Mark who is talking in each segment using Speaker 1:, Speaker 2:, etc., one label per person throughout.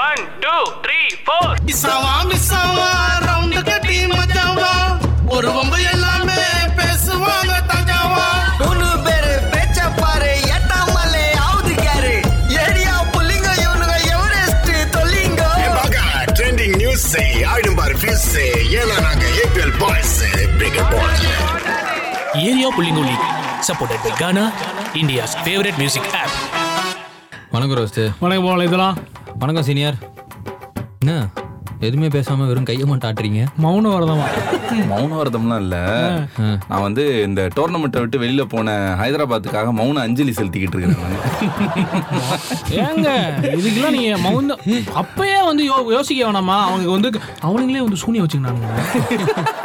Speaker 1: One two three four
Speaker 2: மிஸ்ஸாவா மிஸ்ஸாவா round கட்டி மச்சாவா ஒரு வம்பு எல்லாமே பேசுவாங்க தாஜாவா
Speaker 3: மூணு பேரு பேச்ச பாரு எட்டாமலே ஆவுதுக்காரு ஏடியா புள்ளிங்க இவனுங்க எவரெஸ்ட் தொல்லிங்க
Speaker 4: பாக்கா ட்ரெண்டிங் நியூஸ் ஆயிடும் பாரு ஃபியூஸ் ஏன்னா நாங்க APL boys figure boys
Speaker 5: area புள்ளிங்குள்ளி supported by Gaana India's favourite music app
Speaker 6: வணக்கம் ரோஸ்து
Speaker 7: வணக்கம் போல இதெல்லாம்
Speaker 6: வணக்கம் சீனியர் என்ன எதுவுமே பேசாம வெறும் கையை மட்டும் ஆட்டுறீங்க
Speaker 7: மௌன வரதமா
Speaker 8: மௌன விரதம்லாம் இல்ல நான் வந்து இந்த டோர்னமெண்ட்டை விட்டு வெளியில போன ஹைதராபாத்துக்காக மௌன அஞ்சலி செலுத்திக்கிட்டு இருக்கேன் நானு.
Speaker 7: ஏங்க இதுக்கெல்லாம் நீங்க மௌன அப்பயே வந்து யோ யோசிக்க வேணாமா அவங்க வந்து அவனுங்களே வந்து சூனிய வச்சுக்கினாங்க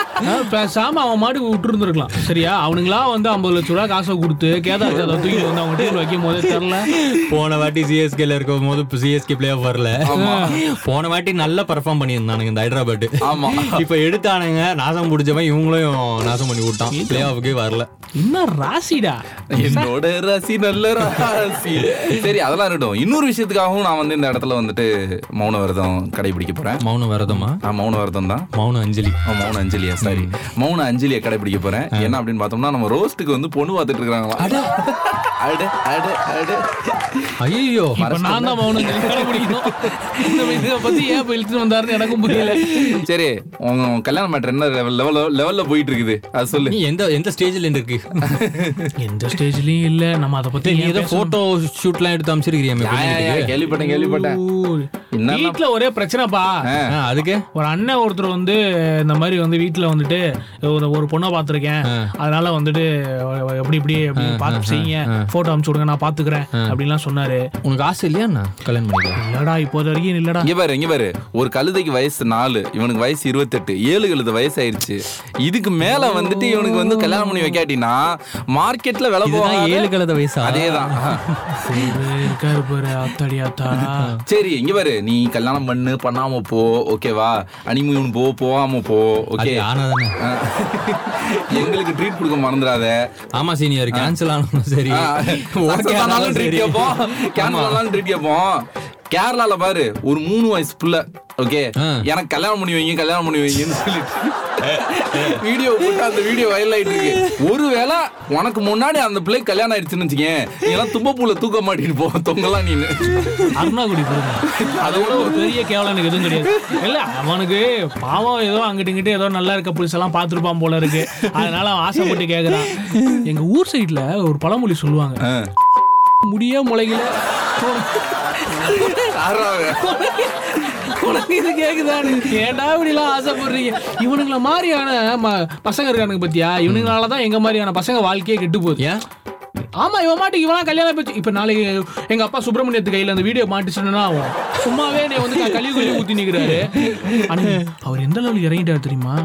Speaker 7: பேசாம அவன் மாட்டுக்கு விட்டு இருந்திருக்கலாம் சரியா அவனுங்களா வந்து ஐம்பது லட்ச ரூபா காசை கொடுத்து கேதார் ஜாதவ் தூக்கி வந்து அவங்க டீம் வைக்கும் போதே தெரில
Speaker 6: போன வாட்டி சிஎஸ்கேல இருக்கும் போது சிஎஸ்கே பிளே ஆஃப் வரல போன வாட்டி நல்லா பெர்ஃபார்ம் பண்ணியிருந்தானுங்க இந்த ஹைதராபாத்
Speaker 8: ஆமா.
Speaker 6: இப்போ எடுத்தானுங்க நாசம் பிடிச்சவன் இவங்களையும் நாசம் பண்ணி விட்டான் பிளே ஆஃபுக்கே வரல
Speaker 7: என்ன ராசிடா
Speaker 8: என்னோட ராசி நல்ல ராசி சரி அதெல்லாம் இருக்கட்டும் இன்னொரு விஷயத்துக்காகவும் நான் வந்து இந்த இடத்துல வந்துட்டு மௌன விரதம் கடைபிடிக்க போறேன்
Speaker 6: மௌனம் வரதமா
Speaker 8: நான் மௌன விரதம் தான்
Speaker 6: மௌனம் அஞ்சலி
Speaker 8: மௌன அஞ்சலியா சாரி மௌன அஞ்சலியை கடைபிடிக்க போறேன் என்ன அப்படின்னு பார்த்தோம்னா நம்ம ரோஸ்ட்டுக்கு வந்து பொண்ணு பார்த்துட்டு இருக்காங்களா அட அட அட
Speaker 6: ஐயோ
Speaker 7: இப்ப நான் தான் மௌனம் சொல்லி கடைபிடிக்கணும் இந்த இதை பத்தி ஏன் இப்ப இழுத்துட்டு வந்தாருன்னு எனக்கும் புரியல
Speaker 8: சரி உங்க உங்க கல்யாண மேட்டர் என்ன லெவல் லெவல்ல லெவல்ல போயிட்டு இருக்குது அது சொல்லு
Speaker 6: நீ எந்த எந்த ஸ்டேஜ்ல இருக்கு
Speaker 7: எந்த ஸ்டேஜ்லயும் இல்ல நம்ம அதை பத்தி
Speaker 6: நீ ஏதோ போட்டோ ஷூட்லாம் எடுத்து அமைச்சிருக்கிறியா
Speaker 8: கேள்விப்பட்டேன் கேள்விப்பட்டேன் என்னெல்லாம்
Speaker 7: வீட்டுல ஒரே பிரச்சனைப்பா
Speaker 6: அதுக்கு
Speaker 7: ஒரு அண்ணன் ஒருத்தர் வந்து இந்த மாதிரி வந்து வீட்டுல வந்துட்டு ஒரு ஒரு பொண்ணை பார்த்துருக்கேன் அதனால வந்துட்டு எப்படி இப்படி அப்படின்னு பார்த்து செய்யுங்க போட்டோ அனுப்பிச்சு விடுங்க நான் பாத்துக்கிறேன் அப்படின்லாம் சொன்னாரு
Speaker 6: உனக்கு ஆசை இல்லையா என்ன கல்யாணம் பண்ணிக்க
Speaker 7: இல்லடா இப்போ வரைக்கும் இல்லடா
Speaker 8: இங்க பாரு இங்க பாரு ஒரு கழுதைக்கு வயசு நாலு இவனுக்கு வயசு இருபத்தெட்டு ஏழு கழுத வயசு ஆயிருச்சு இதுக்கு மேல வந்துட்டு இவனுக்கு வந்து கல்யாணம் பண்ணி வைக்காட்டினா மார்க்கெட்ல விலை போவாங்க
Speaker 6: இதுதான் ஏழு கழுத வயசா
Speaker 8: அதேதான்
Speaker 7: இருக்காரு பாரு அத்தாடி அத்தாடா
Speaker 8: சரி இங்க பாரு நீ கல்யாணம் பண்ணு பண்ணாம போ ஓகேவா அனிமூன் போ போகாம போ ஓகே
Speaker 6: அது ஆனாதானே
Speaker 8: எங்களுக்கு ட்ரீட் கொடுக்க மறந்துடாத
Speaker 6: ஆமா சீனியர் கேன்சல் ஆனாலும் சரி ஓகே ஆனாலும் சரி
Speaker 8: கேரளால பாரு ஒரு மூணு வயசு புள்ள ஓகே
Speaker 6: ஆ.
Speaker 8: எனக்கு கல்யாணம் பண்ணி வைங்க கல்யாணம் பண்ணி வைங்கன்னு சொல்லிட்டு வீடியோ போட்டு அந்த வீடியோ வைரல் ஆயிட்டு இருக்கு ஒருவேளை உனக்கு முன்னாடி அந்த பிள்ளை கல்யாணம் ஆயிடுச்சுன்னு வச்சுக்கேன் நீ எல்லாம் தும்பப்பூல தூக்க மாட்டிட்டு போ தொங்கலாம் நீனு
Speaker 7: அருணாகுடி போடுங்க அதோட ஒரு பெரிய கேவலம் எனக்கு எதுவும் கிடையாது இல்ல அவனுக்கு பாவம் ஏதோ அங்கிட்டு இங்கிட்டு ஏதோ நல்லா இருக்க புதுசு எல்லாம் பார்த்துருப்பான் போல இருக்கு அதனால அவன் ஆசைப்பட்டு கேக்குறான் எங்க ஊர் சைடுல ஒரு பழமொழி சொல்லுவாங்க முடிய முளைக்கல
Speaker 8: யாராவது
Speaker 7: உனக்கு இது கேக்குதான்னு ஏன்டா இப்படிலாம் ஆசைப்படுறீங்க இவனுங்கள மாதிரியான ம- பசங்க இருக்கானுங்க பத்தியா இவனுங்களால தான் எங்க மாதிரியான பசங்க வாழ்க்கையே கெட்டு போகுது
Speaker 6: ஏன்
Speaker 7: ஆமா இவன் மாட்டுக்கு இவன் கல்யாணம் பேச்சு இப்ப நாளைக்கு எங்க அப்பா சுப்பிரமணியத்து கையில அந்த வீடியோ மாட்டுச்சுன்னா அவன் சும்மாவே நீ வந்து க- கழுவி கழுவி ஊத்தி நிக்கிறாரு ஆனா அவர் எந்த அளவுக்கு இறங்கிட்டாரு தெரியுமா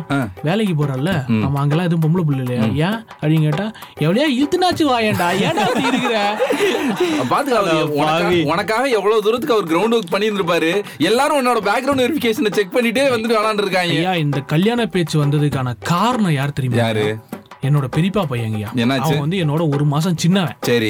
Speaker 7: வேலைக்கு போறாருல்ல அவன் அங்கெல்லாம் எதுவும் பொம்பளை பிள்ளை இல்லையா ஏன் அப்படின்னு கேட்டா எவ்வளோ இழுத்துனாச்சு வாயேன்டா ஏன்டா இப்படி இருக்கிற
Speaker 8: பாத்துக்கலாம் உனக்காக எவ்வளவு தூரத்துக்கு அவர் கிரவுண்ட் ஒர்க் பண்ணி இருந்திருப்பாரு எல்லாரும் உன்னோட பேக்ரவுண்ட் வெரிஃபிகேஷனை செக் பண்ணிட்டே வந்துட்டு வேணான்னு இருக்காங்க
Speaker 7: ஐயா இந்த கல்யாண பேச்சு வந்ததுக்கான காரணம் யார் தெரியுமா
Speaker 8: யாரு
Speaker 7: என்னோட பெரியப்பா பையங்கய்யா
Speaker 8: என்னாச்சு?
Speaker 7: அவன் வந்து என்னோட ஒரு மாசம் சின்னவன்
Speaker 8: சரி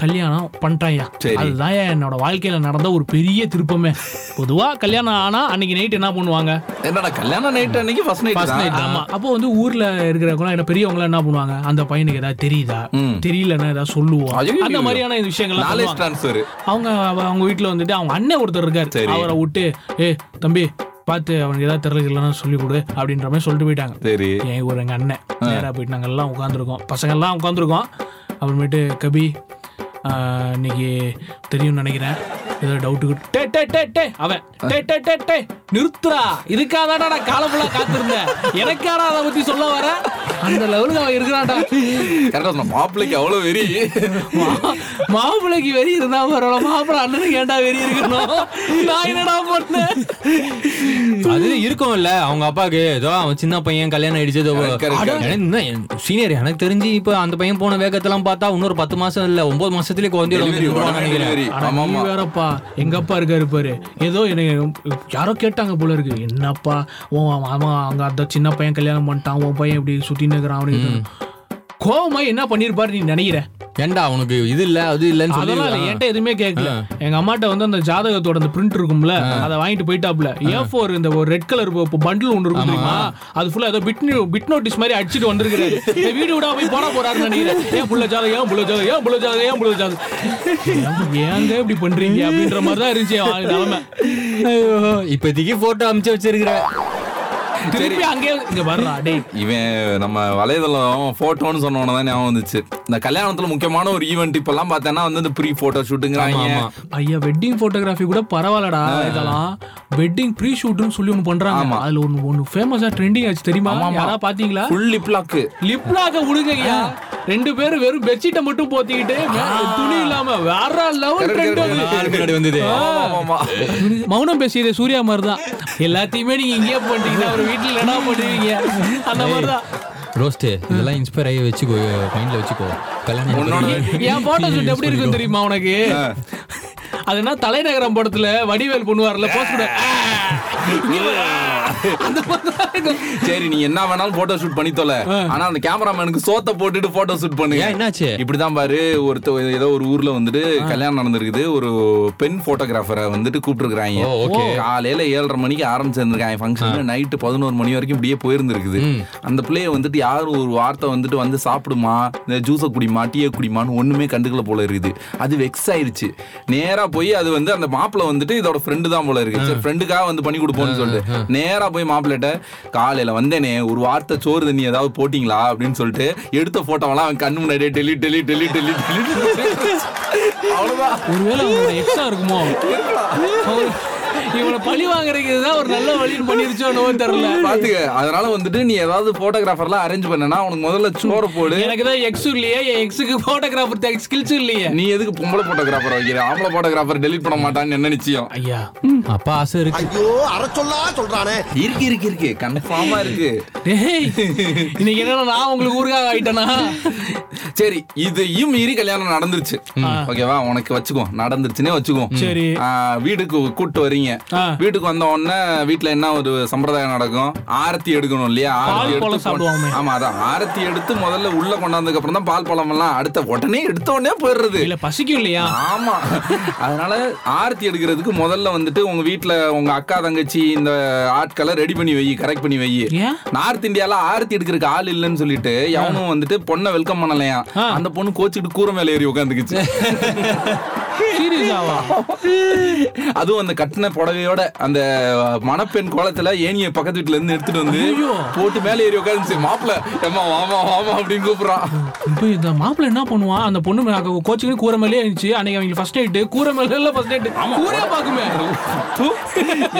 Speaker 7: கல்யாணம் பண்ணிட்டாயா
Speaker 8: சரி.
Speaker 7: அதுதான் என்னோட வாழ்க்கையில நடந்த ஒரு பெரிய திருப்பமே பொதுவா கல்யாணம் ஆனா அன்னைக்கு நைட் என்ன பண்ணுவாங்க
Speaker 8: என்னடா கல்யாண நைட் அன்னைக்கு ஃபர்ஸ்ட் நைட் தான்
Speaker 7: ஆமா அப்போ வந்து ஊர்ல இருக்கிறவங்க என்ன பெரியவங்க என்ன பண்ணுவாங்க அந்த பையனுக்கு ஏதாவது தெரியுதா தெரியலன்னா ஏதாவது சொல்லுவோம்
Speaker 8: ஐயோ.
Speaker 7: அந்த மாதிரியான இந்த விஷயங்கள்லாம்
Speaker 8: நாலேஜ்
Speaker 7: பண்ணுவாங்க.
Speaker 8: ட்ரான்ஸ்ஃபர்
Speaker 7: அவங்க அவ- அவங்க வீட்டுல வந்துட்டு அவங்க அண்ணன் ஒருத்தர் இருக்காரு
Speaker 8: சரி.
Speaker 7: அவரை விட்டு ஏ தம்பி பார்த்து அவனுக்கு ஏதாவது தெரியல இல்லைன்னா சொல்லி கொடு அப்படின்ற மாதிரி சொல்லிட்டு போயிட்டாங்க
Speaker 8: சரி
Speaker 7: என் ஒரு எங்கள் அண்ணன் நேராக போயிட்டு நாங்கள் எல்லாம் உட்காந்துருக்கோம் பசங்கள்லாம் உட்காந்துருக்கோம் அப்புறமேட்டு கபி ஆஹ், இன்னைக்கு தெரியும்னு நினைக்கிறேன் ஏதோ டவுட்டு டே டே டே டே அவன் டே டே டே டே நிறுத்துறா இதுக்காக நான் காலம் ஃபுல்லாக காத்திருந்தேன் எனக்காடா அதை பற்றி சொல்ல வர அந்த லெவலுக்கு அவன் இருக்கிறான்டா
Speaker 8: கரெக்டா சொன்ன மாப்பிள்ளைக்கு அவ்வளவு வெறி
Speaker 7: மா- மாப்பிள்ளைக்கு வெறி இருந்தா பரவாயில்ல மாப்பிள்ளை அண்ணனுக்கு ஏன்டா வெறி இருக்கணும் நான் என்னடா பண்ணேன்
Speaker 6: அது இருக்கும்ல அவங்க அப்பாக்கு ஏதோ அவன் சின்ன பையன் கல்யாணம் ஆயிடுச்சு ஏதோ
Speaker 8: Correct, correct, correct.
Speaker 6: சீனியர் எனக்கு தெரிஞ்சு இப்ப அந்த பையன் போன வேகத்தெல்லாம் பார்த்தா இன்னொரு பத்து மாசம் இல்ல ஒன்பது மாசத்துலயே குழந்தையோட
Speaker 8: Delivery,
Speaker 6: வந்து
Speaker 8: உடனே
Speaker 6: நின்றுவான்னு நினைக்கிறேன்
Speaker 8: delivery.
Speaker 7: ஆனா
Speaker 8: ஆமா,
Speaker 7: நீ
Speaker 8: ஆமா.
Speaker 7: வேறப்பா எங்க அப்பா இருக்காரு பாரு ஏதோ என்னை யாரோ கேட்டாங்க போல இருக்கு என்னப்பா ஓ அவன் அங்க அந்த சின்ன பையன் கல்யாணம் பண்ணிட்டான் உன் பையன் இப்படி சுத்தி நிற்கிறான் அவனுக்கு கோவமா என்ன பண்ணிருப்பாரு நீ நினைக்கிற
Speaker 6: ஏன்டா உனக்கு இது இல்ல அது இல்லன்னு சொல்லி
Speaker 7: அதெல்லாம் இல்ல, என்கிட்ட எதுவுமே கேட்கல எங்க அம்மாட்ட வந்து அந்த ஜாதகத்தோட அந்த பிரிண்ட் இருக்கும்ல அதை வாங்கிட்டு போயிட்டாப்ல ஏ ஃபோர் இந்த ஒரு ரெட் கலர் பண்டில் ஒன்று இருக்கும் தெரியுமா அது ஃபுல்லா ஏதோ பிட் பிட் நோட்டீஸ் மாதிரி அடிச்சிட்டு வந்திருக்காரு இந்த வீடு விட போய் போட போறாருன்னு நினைக்கிறேன் ஏன் புள்ள ஜாதகம் ஏன் புள்ள ஜாதகம் ஏன் புள்ள ஜாதகம் ஏன் புள்ள ஜாதகம் ஏங்க இப்படி பண்றீங்க அப்படின்ற மாதிரி தான் இருந்துச்சு அவன் நிலைமை
Speaker 6: ஐயோ இப்போதைக்கு போட்டோ அமுச்சு வச்சிருக்கிறேன்
Speaker 7: திருப்பி அங்கேயே இங்க வர்றா டேய்
Speaker 8: இவன் நம்ம வலைதளம் போட்டோன்னு சொன்னோன்னு தான் ஞாபகம் வந்துச்சு இந்த கல்யாணத்துல முக்கியமான ஒரு ஈவெண்ட் இப்பெல்லாம் பார்த்தேன்னா வந்து இந்த ப்ரீ போட்டோ ஷூட்டுங்கிறாங்க
Speaker 6: ஆமா,
Speaker 7: ஐயா வெட்டிங் போட்டோகிராஃபி கூட பரவாயில்லடா இதெல்லாம் வெட்டிங் ப்ரீ ஷூட்னு சொல்லி ஒன்று பண்றாங்க
Speaker 8: ஆமா.
Speaker 7: அதுல ஒன்று ஒன்று ஃபேமஸா ட்ரெண்டிங் ஆச்சு தெரியுமா யாரா பாத்தீங்களா
Speaker 8: ஃபுல் லிப்லாக்கு
Speaker 7: லிப்லாக விடுங்க ஐயா ரெண்டு பேரும் வெறும் பெட்ஷீட்டை மட்டும் போத்திக்கிட்டு மே- துணி இல்லாம வேற லெவல் ட்ரெண்ட்
Speaker 6: நாலு முன்னாடி வந்தது
Speaker 7: மௌனம் பேசியது சூர்யா மாதிரி தான் எல்லாத்தையுமே நீங்க இங்கேயே பண்ணிட்டீங்கன்னா அவர் வீட்டுல என்னடா பண்ணுவீங்க அந்த மாதிரி தான்
Speaker 6: ரோஸ்ட் இதெல்லாம் இன்ஸ்பயர் ஆகி வச்சுக்கோ மைண்ட்ல வச்சுக்கோ கல்யாணம்
Speaker 8: உன்னோட-
Speaker 6: பண்ணி-
Speaker 7: என் போட்டோ ஷூட் எப்படி இருக்கும் தெரியுமா உனக்கு அது என்ன தலைநகரம் படத்துல வடிவேல் பண்ணுவார்ல போஸ்ட் அந்த மாதிரி தான் இருக்கும்.
Speaker 8: சரி நீ என்ன வேணாலும் போட்டோ ஷூட் பண்ணி தொலை ஆனா அந்த கேமராமேனுக்கு சோத்த போட்டுட்டு போட்டோ ஷூட் பண்ணுங்க
Speaker 6: ஏன், என்னாச்சு?
Speaker 8: இப்படிதான் பாரு ஒருத்த ஏதோ ஒரு ஊர்ல வந்துட்டு கல்யாணம் நடந்திருக்குது ஒரு பெண் போட்டோகிராஃபரை வந்துட்டு
Speaker 6: ஓ, okay.
Speaker 8: கூப்பிட்டுருக்காங்க காலையில ஏழரை மணிக்கு ஆரம்பிச்சிருந்திருக்காங்க ஃபங்க்ஷன் நைட்டு பதினோரு மணி வரைக்கும் இப்படியே போயிருந்திருக்குது அந்த பிள்ளைய வந்துட்டு யாரும் ஒரு வார்த்தை வந்துட்டு வந்து சாப்பிடுமா இந்த ஜூஸை குடிமா டீயை குடிமான்னு ஒண்ணுமே கண்டுக்கல போல இருக்குது அது வெக்ஸ் ஆயிருச்சு நேரா போய் அது வந்து அந்த மாப்பிளை வந்துட்டு இதோட ஃப்ரெண்டு தான் போல இருக்கு சரி ஃப்ரெண்டுக்காக வந்து பண்ணி கொடுப்போம்னு சொல்லிட்டு நேரா போய் மாப்பிள்ளைட்ட காலையில வந்தேனே ஒரு வார்த்தை சோறு தண்ணி ஏதாவது போட்டிங்களா அப்படின்னு சொல்லிட்டு எடுத்த போட்டோவெல்லாம் அவன் கண்ணு முன்னாடியே டெலி டெலி டெலி டெலி டெலி அவ்வளவுதான்
Speaker 7: ஒருவேளை அவனோட எக்ஸா இருக்குமோ அவரு- இவனை பழி வாங்குறதுக்கு தான் ஒரு நல்ல வழின்னு பண்ணிருச்சோ நோ தெரியல
Speaker 8: பாத்துக்க அதனால வந்துட்டு நீ ஏதாவது போட்டோகிராஃபர்லாம் அரேஞ்ச் பண்ணனா உனக்கு முதல்ல சோறு போடு
Speaker 7: எனக்கு தான் எக்ஸ் இல்லையே என் எக்ஸுக்கு போட்டோகிராஃபர் ஸ்கில்ஸ் இல்லையே
Speaker 8: நீ எதுக்கு பொம்பளை போட்டோகிராஃபர் வைக்கிற ஆம்பளை போட்டோகிராஃபர் டெலிட் பண்ண மாட்டான்னு என்ன நிச்சயம்
Speaker 7: ஐயா
Speaker 6: அப்பா ஆசை இருக்கு
Speaker 4: ஐயோ அரை சொல்லா சொல்றானே
Speaker 8: இருக்கு இருக்கு இருக்கு கன்ஃபார்மா இருக்கு
Speaker 7: டேய் இன்னைக்கு என்னடா நான் உங்களுக்கு ஊருக்காக ஆயிட்டேனா
Speaker 8: சரி இதையும் மீறி கல்யாணம் நடந்துருச்சு ஓகேவா உனக்கு வச்சுக்கோ நடந்துருச்சுன்னே வச்சுக்கோ
Speaker 7: சரி.
Speaker 8: ஆ, வீட்டுக்கு கூட்டு வர்றீங்க
Speaker 7: ஆ.
Speaker 8: வீட்டுக்கு வந்த உடனே வீட்டுல என்ன ஒரு சம்பிரதாயம் நடக்கும் ஆரத்தி எடுக்கணும் இல்லையா
Speaker 7: பால்
Speaker 8: ஆரத்தி
Speaker 7: பழம்
Speaker 8: எடுத்து
Speaker 7: சாப்பிடுவாங்க.
Speaker 8: கொண்டு- ஆமா அதான் ஆரத்தி எடுத்து முதல்ல உள்ள கொண்டாந்ததுக்கு அப்புறம் தான் பால் பழம் எல்லாம் அடுத்த உடனே எடுத்த உடனே போயிடுறது
Speaker 7: இல்ல பசிக்கும் இல்லையா
Speaker 8: ஆமா அதனால ஆர்த்தி எடுக்கிறதுக்கு முதல்ல வந்துட்டு உங்க வீட்ல உங்க அக்கா தங்கச்சி இந்த ஆட்களை ரெடி பண்ணி வை கரெக்ட் பண்ணி வை
Speaker 7: ஏன்?
Speaker 8: நார்த் இந்தியால ஆர்த்தி எடுக்கிறதுக்கு ஆள் இல்லைன்னு சொல்லிட்டு எவனும் வந்துட்டு பொண்ணை வெல்கம் பண்ணலையா
Speaker 7: ஆ.
Speaker 8: அந்த பொண்ணு கோச்சிட்டு கூரை மேல ஏறி உட்காந்துக்குச்சு
Speaker 7: சீரியஸாவா
Speaker 8: அதுவும் அந்த கட்டின புடவையோட அந்த மணப்பெண் கோலத்துல ஏனிய பக்கத்து வீட்டுல இருந்து எடுத்துட்டு வந்து போட்டு மேல ஏறி உட்காந்துச்சு மாப்பிள ஏமா வாமா வாமா அப்படின்னு கூப்பிடுறான்
Speaker 7: இப்போ இந்த மாப்பிள்ள என்ன பண்ணுவான் அந்த பொண்ணு மேல கோச்சிக்கு கூரை மேலே இருந்துச்சு அன்னைக்கு அவங்க ஃபர்ஸ்ட் நைட்டு கூரை மேல இல்ல ஃபர்ஸ்ட் நைட்டு கூரையா பாக்குமே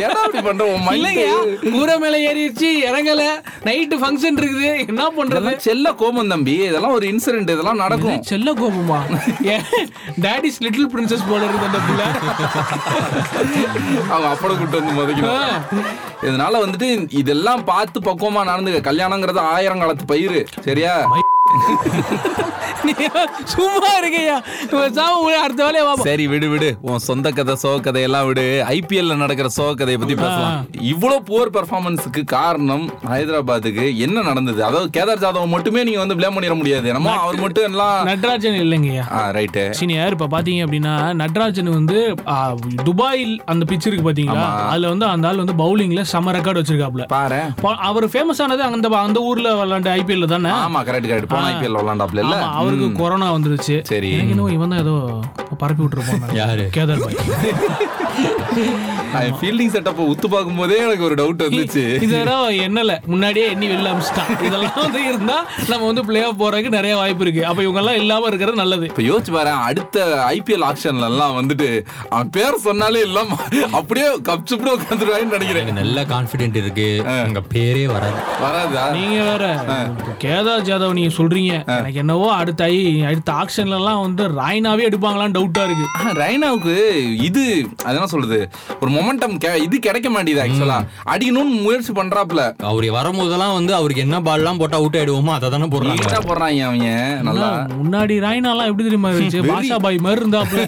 Speaker 8: ஏன்னா அப்படி பண்ற உன்
Speaker 7: இல்லைங்க
Speaker 8: மைண்ட்
Speaker 7: கூரை மேல ஏறிடுச்சு இறங்கல நைட்டு ஃபங்க்ஷன் இருக்குது என்ன பண்றது
Speaker 8: இதெல்லாம் செல்ல கோமம் தம்பி இதெல்லாம் ஒரு இன்சிடென்ட் இதெல்லாம் நடக்கும்
Speaker 7: செல்ல கோபமா டேடிஸ் லிட்டில் பிரின்சஸ் போல இருக்கு அந்த பிள்ளை
Speaker 8: அவங்க அப்பட கூட்டு வந்து முதக்கணும் இதனால வந்துட்டு இதெல்லாம் பார்த்து பக்குவமா நடந்து கல்யாணங்கிறது ஆயிரம் காலத்து பயிர் சரியா
Speaker 7: நீ சும்மா இருக்கையா சாம அடுத்த வேலையை வா
Speaker 8: சரி விடு விடு உன் சொந்த கதை சோ கதையெல்லாம் விடு ஐபிஎல்ல நடக்கிற சோ கதையை பத்தி பேசலாம் இவ்வளவு புவர் பெர்ஃபார்மன்ஸுக்கு காரணம் ஹைதராபாத்துக்கு என்ன நடந்தது அதாவது கேதார் ஜாதவ் மட்டுமே நீங்க வந்து பிளேம் பண்ணிட முடியாது நம்ம அவர் மட்டும் எல்லாம்
Speaker 7: நட்ராஜன் இல்லைங்கய்யா
Speaker 8: ரைட்டு
Speaker 7: சீனியர் இப்ப பாத்தீங்க அப்படின்னா நட்ராஜன் வந்து ஆ, துபாயில் அந்த பிச் இருக்கு பாத்தீங்களா அதுல வந்து அந்த ஆள் வந்து பவுலிங்ல செம ரெக்கார்டு வச்சிருக்காப்ல
Speaker 8: பாரு
Speaker 7: போ- அவர் ஃபேமஸ் ஆனது அந்த அந்த ஊர்ல விளையாண்ட ஐபிஎல்ல தானே
Speaker 8: ஆமா கரெக்ட் கரெக்ட் போன ஐபிஎல் விளாண்டாப்ல இல்ல
Speaker 7: ஆமா, அவருக்கு கொரோனா வந்துருச்சு
Speaker 8: சரி.
Speaker 7: எனக்கு என்னவோ இவன் தான் ஏதோ பரப்பி விட்டுருப்பான்
Speaker 6: யாரு?
Speaker 7: கேதார் பாய்
Speaker 8: ஃபீல்டிங் செட்டப் உத்து பார்க்கும்போதே எனக்கு ஒரு டவுட் வந்துச்சு
Speaker 7: இதெல்லாம் என்னல முன்னாடியே எண்ணி வெளில அமிச்சிட்டான் இதெல்லாம் வந்து இருந்தா நம்ம வந்து பிளே ஆஃப் போறதுக்கு நிறைய வாய்ப்பு இருக்கு அப்ப இவங்க எல்லாம் இல்லாம இருக்கிறது நல்லது
Speaker 8: இப்ப யோசிச்சு பாரு அடுத்த ஐபிஎல் ஆக்ஷன்ல எல்லாம் வந்துட்டு அவன் பேர் சொன்னாலே எல்லாம் அப்படியே கப்சுப்படி உட்காந்துருவாங்கன்னு நினைக்கிறேன்
Speaker 6: எனக்கு நல்ல கான்ஃபிடென்ட் இருக்கு உங்க பேரே வராது
Speaker 8: வராதா
Speaker 7: நீங்க வேற கேதார் ஜாதவ் நீங்க சொல்றீங்க எனக்கு என்னவோ அடுத்த ஐ அடுத்த ஆக்ஷன்ல எல்லாம் வந்து ராய்னாவே எடுப்பாங்களான்னு டவுட்டா இருக்கு
Speaker 8: ஆனா, ரெய்னாவுக்கு இது அதான் சொல்றது ஒரு மொமெண்டம் இது கிடைக்க மாட்டேங்குது ஆக்சுவலா அடிக்கணும்னு முயற்சி பண்றாப்ல
Speaker 6: அவர் வரும்போதெல்லாம் வந்து அவருக்கு என்ன பால் எல்லாம் போட்டு அவுட் ஆயிடுவோமோ அதை தானே போடுறாங்க
Speaker 8: நீட்டா போடுறாங்க அவங்க நல்லா
Speaker 7: முன்னாடி ராய்னாலாம் எப்படி தெரியுமா இருந்துச்சு பாஷா பாய் மாதிரி இருந்தாப்ல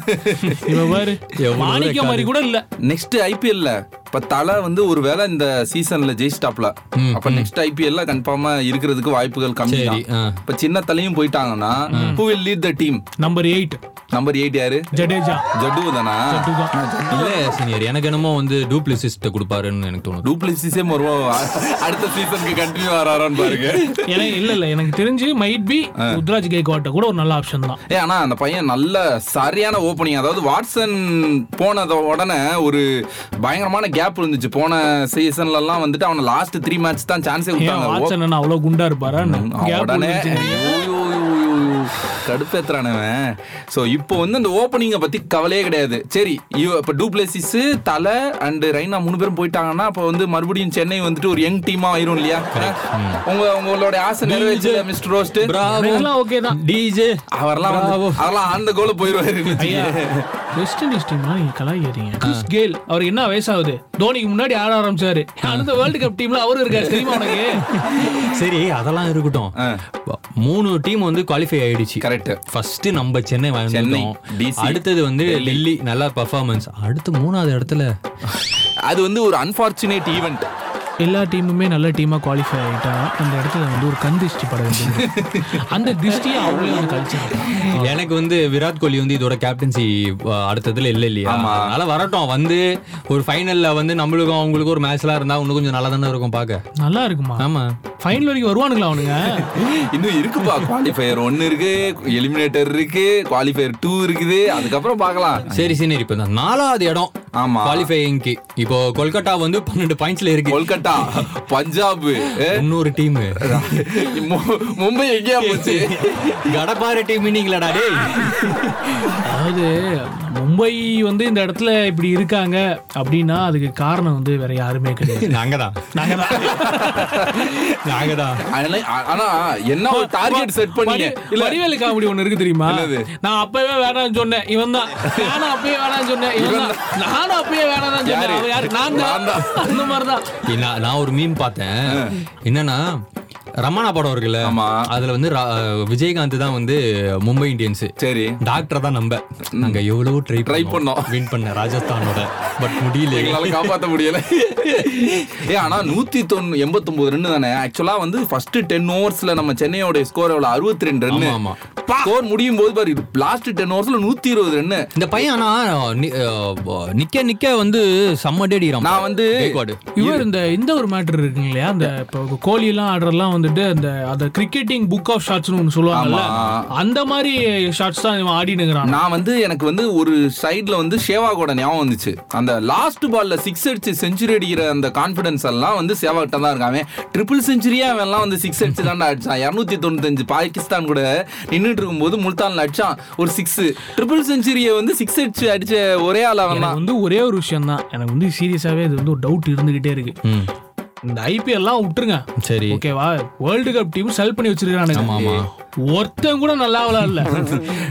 Speaker 7: இவன் பாரு
Speaker 6: எவ்வளவு
Speaker 7: மாணிக்க மாதிரி கூட இல்ல
Speaker 8: நெக்ஸ்ட் ஐபிஎல்ல இப்ப தலை வந்து ஒருவேளை இந்த சீசன்ல ஜெயிச்சிட்டாப்ல அப்ப நெக்ஸ்ட் ஐபிஎல்ல கன்ஃபார்மா இருக்கிறதுக்கு வாய்ப்புகள் கம்மி
Speaker 6: சரி, ஆ.
Speaker 8: இப்ப சின்ன தலையும் போயிட்டாங்கன்னா who will lead the team
Speaker 7: number eight
Speaker 8: number eight யாரு
Speaker 7: ஜடேஜா
Speaker 8: ஜட்டு தானா
Speaker 7: ஜட்டுதான்.
Speaker 6: இல்ல சீனியர் எனக்கு என்னமோ வந்து டூப்ளிசிஸ்ட கொடுப்பாருன்னு எனக்கு தோணுது
Speaker 8: டூப்ளிசிஸே வருவோம் அடுத்த சீசனுக்கு கண்டினியூ வராரான்னு பாருங்க
Speaker 7: எனக்கு இல்ல இல்ல எனக்கு தெரிஞ்சு மைட் பி உத்ராஜ் கேக்வாட்ட கூட ஒரு நல்ல ஆப்ஷன் தான்
Speaker 8: ஏ ஆனா அந்த பையன் நல்ல சரியான ஓப்பனிங் அதாவது வாட்சன் போனத உடனே ஒரு பயங்கரமான கேப் இருந்துச்சு போன சீசன்ல எல்லாம் வந்துட்டு அவன லாஸ்ட் த்ரீ மேட்ச் தான் சான்ஸே
Speaker 7: ஏன்
Speaker 8: விட்டாங்க
Speaker 7: வாட்சன் என்ன அவ்வளவு குண்டா இருப்பாரா என்ன?
Speaker 8: அவன்
Speaker 7: gap
Speaker 8: உடனே
Speaker 7: விழுந்துச்சு.
Speaker 8: ஐயோ, ஐயோ, ஐயோ, ஐயோ, கடுப்பேத்துறானவன் ஸோ இப்போ வந்து அந்த ஓப்பனிங்கை பத்தி கவலையே கிடையாது சரி இவ- இப்போ டூப்ளேசிஸ் தலை அண்ட் ரெய்னா மூணு பேரும் போயிட்டாங்கன்னா அப்போ வந்து மறுபடியும் சென்னை வந்துட்டு ஒரு யங் டீமா ஆயிரும் இல்லையா உங்க உங்களோட ஆசை நிறைவேச்சு மிஸ்டர் ரோஸ்ட்
Speaker 7: அதெல்லாம் okay தான்.
Speaker 6: டிஜே
Speaker 8: அவர்லாம் வந்து- அவர்லாம் அந்த கோல
Speaker 7: ஐயா,
Speaker 8: போயிருவாரு
Speaker 7: வெஸ்ட் இண்டீஸ் டீம்லாம் நீங்க கலாய்க்கிறீங்க. கிறிஸ் கெயில், அவர் என்ன வயசாகுது தோனிக்கு முன்னாடி ஆட ஆரம்பிச்சாரு அடுத்த வேர்ல்டு கப் டீம்ல அவரு இருக்காரு தெரியுமா உனக்கு
Speaker 6: சரி அதெல்லாம் இருக்கட்டும் மூணு டீம் வந்து குவாலிஃபை ஆயிடுச்சு
Speaker 8: கரெக்ட்
Speaker 6: ஃபர்ஸ்ட் நம்ம சென்னை
Speaker 8: சென்னை,
Speaker 6: வாங்கிட்டோம்
Speaker 8: DC,
Speaker 6: அடுத்தது வந்து டெல்லி நல்லா பர்ஃபார்மன்ஸ் அடுத்து மூணாவது இடத்துல
Speaker 8: அது வந்து ஒரு அன்பார்ச்சுனேட் ஈவெண்ட்
Speaker 7: எல்லா டீமுமே நல்ல டீமா குவாலிஃபை ஆயிட்டா அந்த இடத்துல வந்து ஒரு கண் திருஷ்டி பட வேண்டியது அந்த திருஷ்டியை அவங்களே வந்து கழிச்சாங்க
Speaker 6: எனக்கு வந்து விராட் கோலி வந்து இதோட கேப்டன்சி அடுத்ததுல இல்ல இல்லையா அதனால வரட்டும் வந்து ஒரு ஃபைனல்ல வந்து நம்மளுக்கும் அவங்களுக்கும் ஒரு மேட்ச்லாம் இருந்தா இன்னும் கொஞ்சம் நல்லா தானே இருக்கும் பார்க்க
Speaker 7: நல்லா இருக்குமா
Speaker 6: ஆமா
Speaker 7: ஃபைனல் வரைக்கும் வருவானுங்களா அவனுங்க
Speaker 8: இன்னும் இருக்குப்பா குவாலிஃபயர் ஒன்னு இருக்கு எலிமினேட்டர் இருக்கு குவாலிஃபயர் டூ இருக்குது அதுக்கப்புறம் பார்க்கலாம்
Speaker 6: சரி சீனியர் இப்போ இந்த நாலாவது இடம்
Speaker 8: ஆமா.
Speaker 6: குவாலிஃபையிங்க்கு இப்போ கொல்கட்டா வந்து பன்னெண்டு பாயிண்ட்ஸ்ல இருக்கு
Speaker 8: கொல்கத்தா பஞ்சாப் ஏ,
Speaker 6: இன்னொரு டீம்
Speaker 8: மு- மும்பை எங்கேயா போச்சு
Speaker 6: கடப்பாறை டீம் இன்னிங்களடா டேய்
Speaker 7: அதாவது மும்பை வந்து இந்த இடத்துல இப்படி இருக்காங்க அப்படின்னா அதுக்கு காரணம் வந்து வேற யாருமே கிடையாது
Speaker 6: நாங்க தான் நாங்க தான் நாங்க தான்
Speaker 8: ஆனா ஆனா, என்ன ஒரு டார்கெட் செட் பண்ணீங்க
Speaker 7: வடி-
Speaker 8: இல்ல
Speaker 7: வடிவேலு காமெடி ஒண்ணு இருக்கு தெரியுமா
Speaker 8: என்னது?
Speaker 7: நான் அப்பவே வேணாம்னு சொன்னேன் இவன் தான் நானும் அப்பவே வேணாம்னு சொன்னேன் இவன் தான் நானும் அப்பவே வேணாம்னு
Speaker 8: யாரு?
Speaker 7: சொன்னேன் அவன் யாரு? நான்
Speaker 8: நான் தான்.
Speaker 7: தான் அந்த மாதிரிதான்
Speaker 6: நான் நான் ஒரு மீம் பார்த்தேன் என்னன்னா ரமணா படம் இருக்குல்ல
Speaker 8: ஆமா.
Speaker 6: அதுல வந்து ரா- விஜயகாந்த் தான் வந்து மும்பை இந்தியன்ஸ்
Speaker 8: சரி
Speaker 6: டாக்டர் தான் நம்ப நாங்க எவ்வளவோ ட்ரை
Speaker 8: Try பண்ணோம்.
Speaker 6: வின் பண்ண ராஜஸ்தானோட பட் முடியல
Speaker 8: எங்களால காப்பாத்த முடியல ஏ ஆனா நூத்தி தொண்ணூ எண்பத்தொன்பது ரன் தானே ஆக்சுவலா வந்து ஃபர்ஸ்ட் டென் ஓவர்ஸ்ல நம்ம சென்னையோட ஸ்கோர் எவ்வளவு அறுபத்தி ரெண்டு ரன்
Speaker 6: ஆமா, ஆமா.
Speaker 8: ஸ்கோர் முடியும் போது பாரு லாஸ்ட் டென் ஓவர்ஸ்ல நூத்தி இருபது ரன்
Speaker 6: இந்த பையன் ஆனா நி- அஹ், நிக்க நிக்க வந்து செம்ம டேடிறான்
Speaker 8: நான் வந்து
Speaker 7: இவர் இந்த இந்த ஒரு மேட்டர் இருக்குங்க இல்லையா அந்த இப்போ கோலி எல்லாம் ஆடுறதுலாம் வந்துட்டு அந்த அந்த கிரிக்கெட்டிங் புக் ஆஃப் ஷாட்ஸ்னு ஒன்று சொல்லுவாங்கல்ல
Speaker 8: ஆமா.
Speaker 7: அந்த மாதிரி ஷாட்ஸ் தான் இவன் ஆடினுங்கிறான்
Speaker 8: நான் வந்து எனக்கு வந்து ஒரு சைடுல வந்து சேவா கூட ஞாபகம் வந்துச்சு அந்த லாஸ்ட் பால்ல சிக்ஸ் அடிச்சு செஞ்சுரி அடிக்கிற அந்த கான்பிடன்ஸ் எல்லாம் வந்து சேவா கிட்ட தான் இருக்காமே ட்ரிபிள் செஞ்சுரியே அவன் எல்லாம் வந்து சிக்ஸ் அடிச்சு தான் அடிச்சான் இரநூத்தி தொண்ணூத்தஞ்சு பாகிஸ்தான் கூட நின்றுட்டு இருக்கும்போது முல்தான்ல அடிச்சான் ஒரு சிக்ஸ் ட்ரிபிள் செஞ்சுரியை வந்து சிக்ஸ் அடிச்சு அடிச்ச ஒரே ஆள் அவன்
Speaker 7: எனக்கு
Speaker 8: தான்
Speaker 7: வந்து ஒரே ஒரு விஷயம் தான் எனக்கு வந்து சீரியஸாவே இது வந்து ஒரு டவுட் இருந்துகிட்டே இருக்கு இந்த ஐபிஎல்லாம் விட்டுருங்க
Speaker 6: சரி
Speaker 7: ஓகேவா வேர்ல்டு கப் டீம் செல் பண்ணி வச்சிருக்கானுங்க ஒருத்தன் கூட நல்லா விளையாடல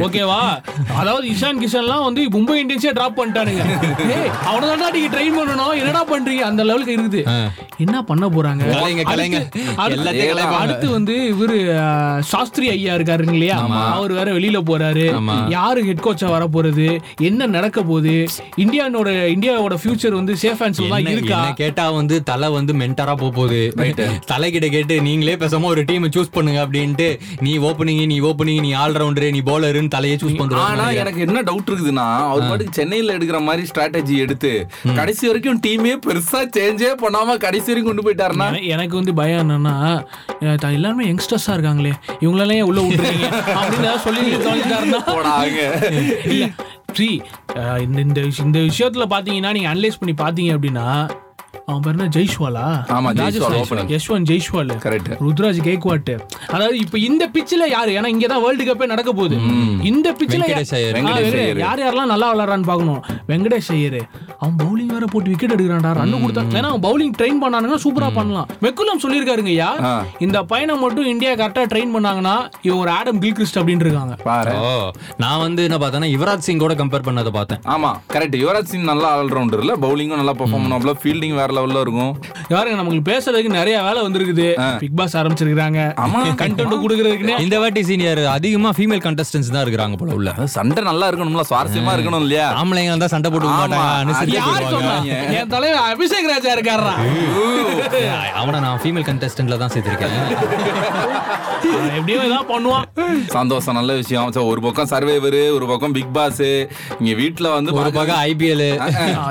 Speaker 7: ஓகேவா அதாவது இஷான் கிஷன்லாம் வந்து மும்பை இந்தியன்ஸே டிராப் பண்ணிட்டானுங்க ஏய், அவனுதான்டா நீங்க ட்ரெயின் பண்ணணும் என்னடா பண்றீங்க அந்த லெவலுக்கு இருக்குது என்ன பண்ண போறாங்க
Speaker 6: கலைங்க, கலைங்க.
Speaker 7: அடுத்து- அடுத்து-
Speaker 6: எல்லாத்தையும் கலைப்பாங்க.
Speaker 7: அடுத்து வந்து இவரு அஹ், சாஸ்திரி ஐயா இருக்காருங்க இல்லையா அவர் வேற வெளியில போறாரு
Speaker 6: ஆமா.
Speaker 7: யாரு ஹெட் கோச்சா வர போறது என்ன நடக்க போகுது இந்தியானோட இந்தியாவோட ஃபியூச்சர் வந்து சேஃப் அண்ட்
Speaker 6: என்ன-
Speaker 7: தான் இருக்கா
Speaker 6: என்ன கேட்டா வந்து தலை வந்து மென்டரா போக போகுது தலை கிட்ட கேட்டு நீங்களே பேசாம ஒரு டீம் சூஸ் பண்ணுங்க அப்படின்ட்டு நீ ஓப்பனிங் நீ ஓப்பனிங் நீ ஆல் ரவுண்டர் நீ பவுலருன்னு தலையே சூஸ்
Speaker 8: ஆனா
Speaker 6: பண்றாங்க
Speaker 8: எனக்கு என்ன டவுட் இருக்குதுன்னா அவர் பாட்டுக்கு சென்னையில எடுக்கிற மாதிரி ஸ்ட்ராட்டஜி எடுத்து கடைசி வரைக்கும் டீமே பெருசா சேஞ்சே பண்ணாம கடைசி வரைக்கும் கொண்டு போயிட்டாருன்னா
Speaker 7: என- எனக்கு வந்து பயம் என்னன்னா அஹ் த- எல்லாருமே யங்ஸ்டர்ஸா இருக்காங்களே இவங்களெல்லாம் ஏன் உள்ள விட்டுருக்கீங்க அப்படின்னு ஏதாவது சொல்லி தொலைஞ்சிட்டாருன்னா
Speaker 8: போடாங்க
Speaker 7: இல்ல see, அஹ் இந்த இந்த விஷயம் இந்த விஷயத்துல பாத்தீங்கன்னா நீங்க அனலைஸ் பண்ணி பாத்தீங்க அப்படின்னா அவன் பேர் என்ன ஜெய்ஷ்வாலா
Speaker 8: ஆமா, ஜெய்ஷ்வால்
Speaker 7: ராஜஸ்தான்
Speaker 8: opener.
Speaker 7: யஷ்வந்த் ஜெய்ஷ்வால்
Speaker 8: Correct.
Speaker 7: ருத்ராஜ் கேக்வாட் அதாவது இப்ப இந்த பிச்சில் யாரு ஏன்னா இங்க தான் வேர்ல்டு கப்பே நடக்க போகுது இந்த பிச்சில்
Speaker 6: வெங்கடேஷ் ஐயர்.
Speaker 8: வெங்கடேஷ் ஐயர்.
Speaker 7: யார் யாரெல்லாம் நல்லா விளாட்றான்னு பார்க்கணும் வெங்கடேஷ் ஐயர் அவன் பவுலிங் வேற போட்டு விக்கெட் எடுக்கிறான்டா ரன் கொடுத்தா ஏன்னா அவன் பவுலிங் ட்ரெயின் பண்ணானுங்கன்னா சூப்பரா பண்ணலாம் மெக்குலம் சொல்லியிருக்காருங்க ஐயா
Speaker 8: ஆ.
Speaker 7: இந்த பையனை மட்டும் இந்தியா கரெக்டா ட்ரெயின் பண்ணாங்கன்னா இவன் ஒரு ஆடம் கில்கிறிஸ்ட் அப்படின்னு இருக்காங்க
Speaker 8: பாரு
Speaker 6: ஓ நான் வந்து என்ன பார்த்தேன்னா யுவராஜ் சிங்கோட கம்பேர் பண்ணதை பார்த்தேன்
Speaker 8: ஆமா கரெக்ட் யுவராஜ் சிங் நல்லா ஆல்ரவுண்டர்ல பவுலிங்கும் நல்லா பெர்ஃபார்ம் பண்ணுவாப்ல ஃபீல்டிங் வேற லெவல்ல இருக்கும்
Speaker 7: யாருங்க நமக்கு பேசுறதுக்கு நிறைய வேலை வந்திருக்குது பிக் பாஸ் ஆரம்பிச்சிருக்காங்க
Speaker 8: ஆமா.
Speaker 7: கண்டென்ட் கொடுக்கறதுக்குன்னே
Speaker 6: இந்த வாட்டி சீனியர் அதிகமா ஃபீமேல் கண்டஸ்டன்ஸ் தான் இருக்கிறாங்க போல உள்ள
Speaker 8: அதாவது சண்டை நல்லா இருக்கணும்ல சுவாரஸ்யமா இருக்கணும் இல்லையா
Speaker 6: ஆம்பளைங்க தான் சண்டை போட்டு
Speaker 8: ஆமா.
Speaker 7: யார்
Speaker 8: சொல்லுவாங்க.
Speaker 7: சொன்னா? என் தலைவர் அபிஷேக் ராஜா இருக்காரா
Speaker 6: அவனை நான் ஃபீமேல் கண்டஸ்டன்ட்ல தான் சேர்த்திருக்கேன்
Speaker 7: எப்படியும் இதான் பண்ணுவான்
Speaker 8: சந்தோஷம் நல்ல விஷயம் சோ, ஒரு பக்கம் சர்வைவர் ஒரு பக்கம் பிக் பாஸ் இங்க வீட்டுல வந்து
Speaker 6: ஒரு பக்கம் ஐபிஎல்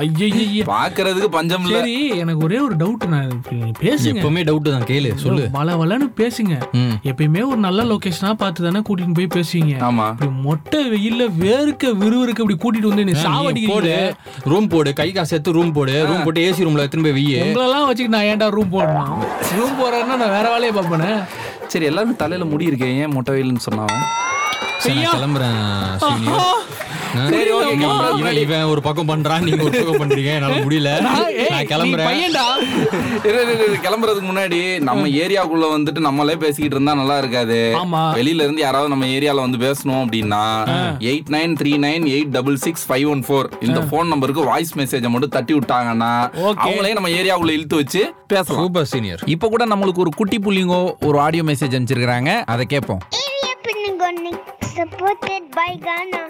Speaker 7: ஐயையையே.
Speaker 8: பாக்குறதுக்கு பஞ்சம் இல்ல
Speaker 7: சரி எனக்கு ஒரே ஒரு டவுட் நான் இப்ப நீங்க பேசுங்க
Speaker 6: எப்பவுமே டவுட் தான் கேளு சொல்லு
Speaker 7: வள வளன்னு பேசுங்க
Speaker 6: ம்.
Speaker 7: எப்பயுமே ஒரு நல்ல லொகேஷனா பார்த்து தானே கூட்டிட்டு போய் பேசுவீங்க
Speaker 8: ஆமா
Speaker 7: இப்படி மொட்டை வெயில்ல வேர்க்க விறுவிறுக்க இப்படி கூட்டிட்டு வந்து என்ன
Speaker 6: நீ போடு
Speaker 7: சாவடிக்கிறீங்க
Speaker 6: ரூம் போடு கை காசு எடுத்து ரூம் போடு ரூம் போட்டு ஏசி ரூம்ல எத்தனை போய் வெய்ய
Speaker 7: உங்களெல்லாம் வச்சுக்கிட்டு நான் ஏன்டா ரூம் போடணும் ரூம் போறேன்னா நான் வேற வேலையை பார்ப்பேனே
Speaker 8: சரி எல்லாரும் தலையில முடி இருக்கேன் ஏன் மொட்டை வெயில்னு சொன்னாவன்
Speaker 7: ஐயா.
Speaker 6: கிளம்புறேன் senior. ஆ?
Speaker 8: சரி, okay,
Speaker 6: இவன்,
Speaker 8: கிளம்பு.
Speaker 6: இவன், இவன் ஒரு பக்கம் பண்றான் நீங்க ஒரு பக்கம் பண்றீங்க என்னால முடியல
Speaker 7: நான், ஏய்,
Speaker 6: நான்
Speaker 7: நீ
Speaker 6: கிளம்புறேன்
Speaker 7: பையன்டா
Speaker 8: இரு, இரு, இரு, கிளம்புறதுக்கு முன்னாடி நம்ம ஏரியாக்குள்ள வந்துட்டு நம்மளே பேசிக்கிட்டு இருந்தா நல்லா இருக்காது
Speaker 7: ஆமா.
Speaker 8: வெளியில இருந்து யாராவது நம்ம ஏரியால வந்து பேசணும் அப்படின்னா eight nine three nine eight double six five one four இந்த ஃபோன் நம்பருக்கு வாய்ஸ் மெசேஜை மட்டும் தட்டி விட்டாங்கன்னா
Speaker 7: Okay.
Speaker 8: அவங்களே நம்ம ஏரியாக்குள்ள இழுத்து வச்சு பேசலாம்
Speaker 6: சூப்பர் சீனியர்
Speaker 9: இப்போ கூட நம்மளுக்கு ஒரு குட்டி புள்ளிங்கோ ஒரு ஆடியோ மெசேஜ் அனுப்பிச்சிருக்கிறாங்க அதை கேட்போம்
Speaker 10: Area Penagonic, supported by Ghana,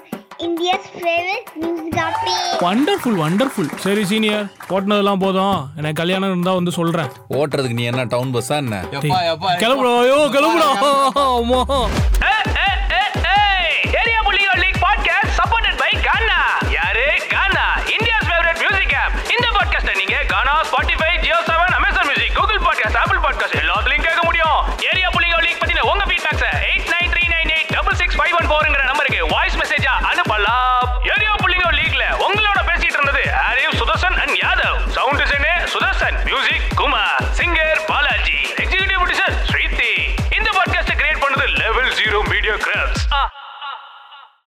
Speaker 10: India's favorite news outlet.
Speaker 7: Wonderful wonderful சரி சீனியர் ஓட்டுனதெல்லாம் போதும் எனக்கு கல்யாணம் இருந்தா வந்து சொல்றேன்
Speaker 9: ஓட்டுறதுக்கு நீ என்ன டவுன் பஸ்ஸா என்ன
Speaker 7: கிளம்புடா ஐயோ கிளம்புடா அம்மா
Speaker 1: ஏய்,